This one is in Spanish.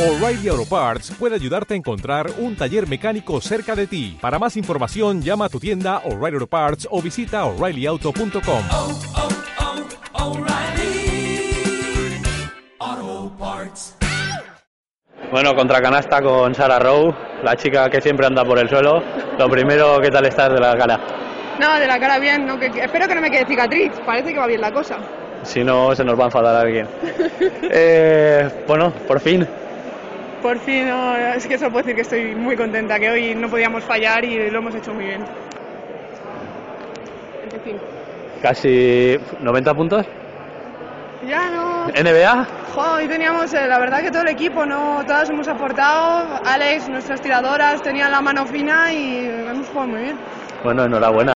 O'Reilly Auto Parts puede ayudarte a encontrar un taller mecánico cerca de ti. Para más información, llama a tu tienda O'Reilly Auto Parts o visita oreillyauto.com. oh, oh, O'Reilly Auto Parts. Bueno, contra canasta con Sara Rowe, la chica que siempre anda por el suelo. Lo primero, ¿qué tal estás de la cara? No, de la cara bien, no, que, que- espero que no me quede cicatriz, parece que va bien la cosa. Si no, se nos va a enfadar alguien. Eh, bueno, por fin. Por fin, no, es que solo puedo decir que estoy muy contenta, que hoy no podíamos fallar y lo hemos hecho muy bien. En fin, Casi 90 puntos. ya no... NBA, Jo, hoy teníamos, eh, la verdad que todo el equipo, no, todas hemos aportado, Alex, nuestras tiradoras, tenían la mano fina y hemos jugado muy bien. Bueno, enhorabuena.